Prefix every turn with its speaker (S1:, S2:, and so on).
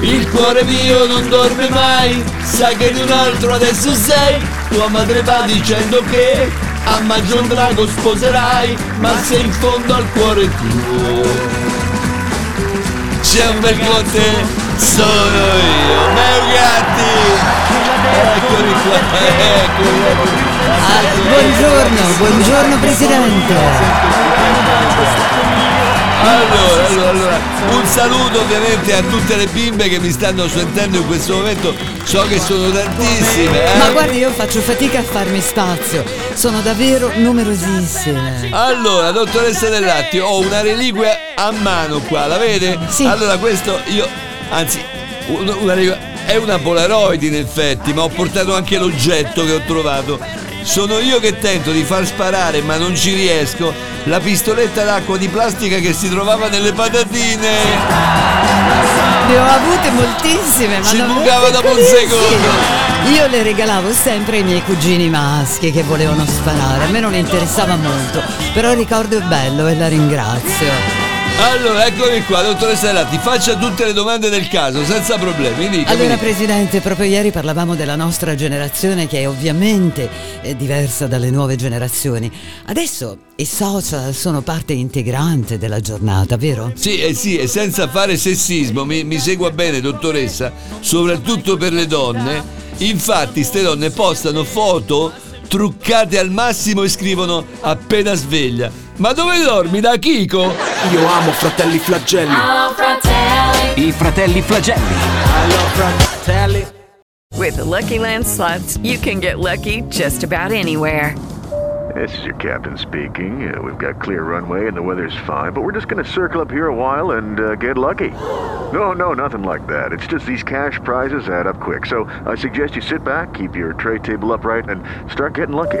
S1: Il cuore mio non dorme mai, sa che di un altro adesso sei. Tua madre va dicendo che a maggio un drago sposerai, ma se in fondo al cuore tuo c'è un bel cotte, sono io, Mario Gatti! Eccomi qua, eccomi, eccomi.
S2: Buongiorno, buongiorno Presidente.
S1: Allora, allora, allora, un saluto ovviamente a tutte le bimbe che mi stanno sentendo in questo momento, so che sono tantissime. eh.
S2: Ma guardi, io faccio fatica a farmi spazio. Sono davvero numerosissime.
S1: Allora, dottoressa del latte, ho una reliquia a mano qua, la vede?
S2: Sì.
S1: Allora, questo io, anzi, un- una reliquia- è una Polaroid in effetti, ma ho portato anche l'oggetto che ho trovato. Sono io che tento di far sparare, ma non ci riesco, la pistoletta d'acqua di plastica che si trovava nelle patatine.
S2: Ne ho avute moltissime, ma
S1: Si
S2: davvero
S1: bucava dopo un
S2: piccolissime.
S1: secondo.
S2: Io le regalavo sempre ai miei cugini maschi che volevano sparare. A me non interessava molto, però il ricordo è bello e la ringrazio.
S1: Allora, eccomi qua, dottoressa Latti, faccia tutte le domande del caso, senza problemi, dica. mi
S2: Allora
S1: dica.
S2: Presidente, proprio ieri parlavamo della nostra generazione che è ovviamente eh, diversa dalle nuove generazioni. Adesso i social sono parte integrante della giornata, vero?
S1: Sì, eh sì, e senza fare sessismo, mi, mi segua bene, dottoressa, soprattutto per le donne. Infatti, ste donne postano foto truccate al massimo e scrivono appena sveglia. Ma dove dormi da Kiko?
S3: Io amo fratelli flagelli.
S4: I fratelli flagelli.
S5: With the Lucky Land slots, you can get lucky just about anywhere.
S6: This is your captain speaking. Uh, we've got clear runway and the weather's fine, but we're just going to circle up here a while and uh, get lucky. No, no, nothing like that. It's just these cash prizes add up quick. So I suggest you sit back, keep your tray table upright, and start getting lucky.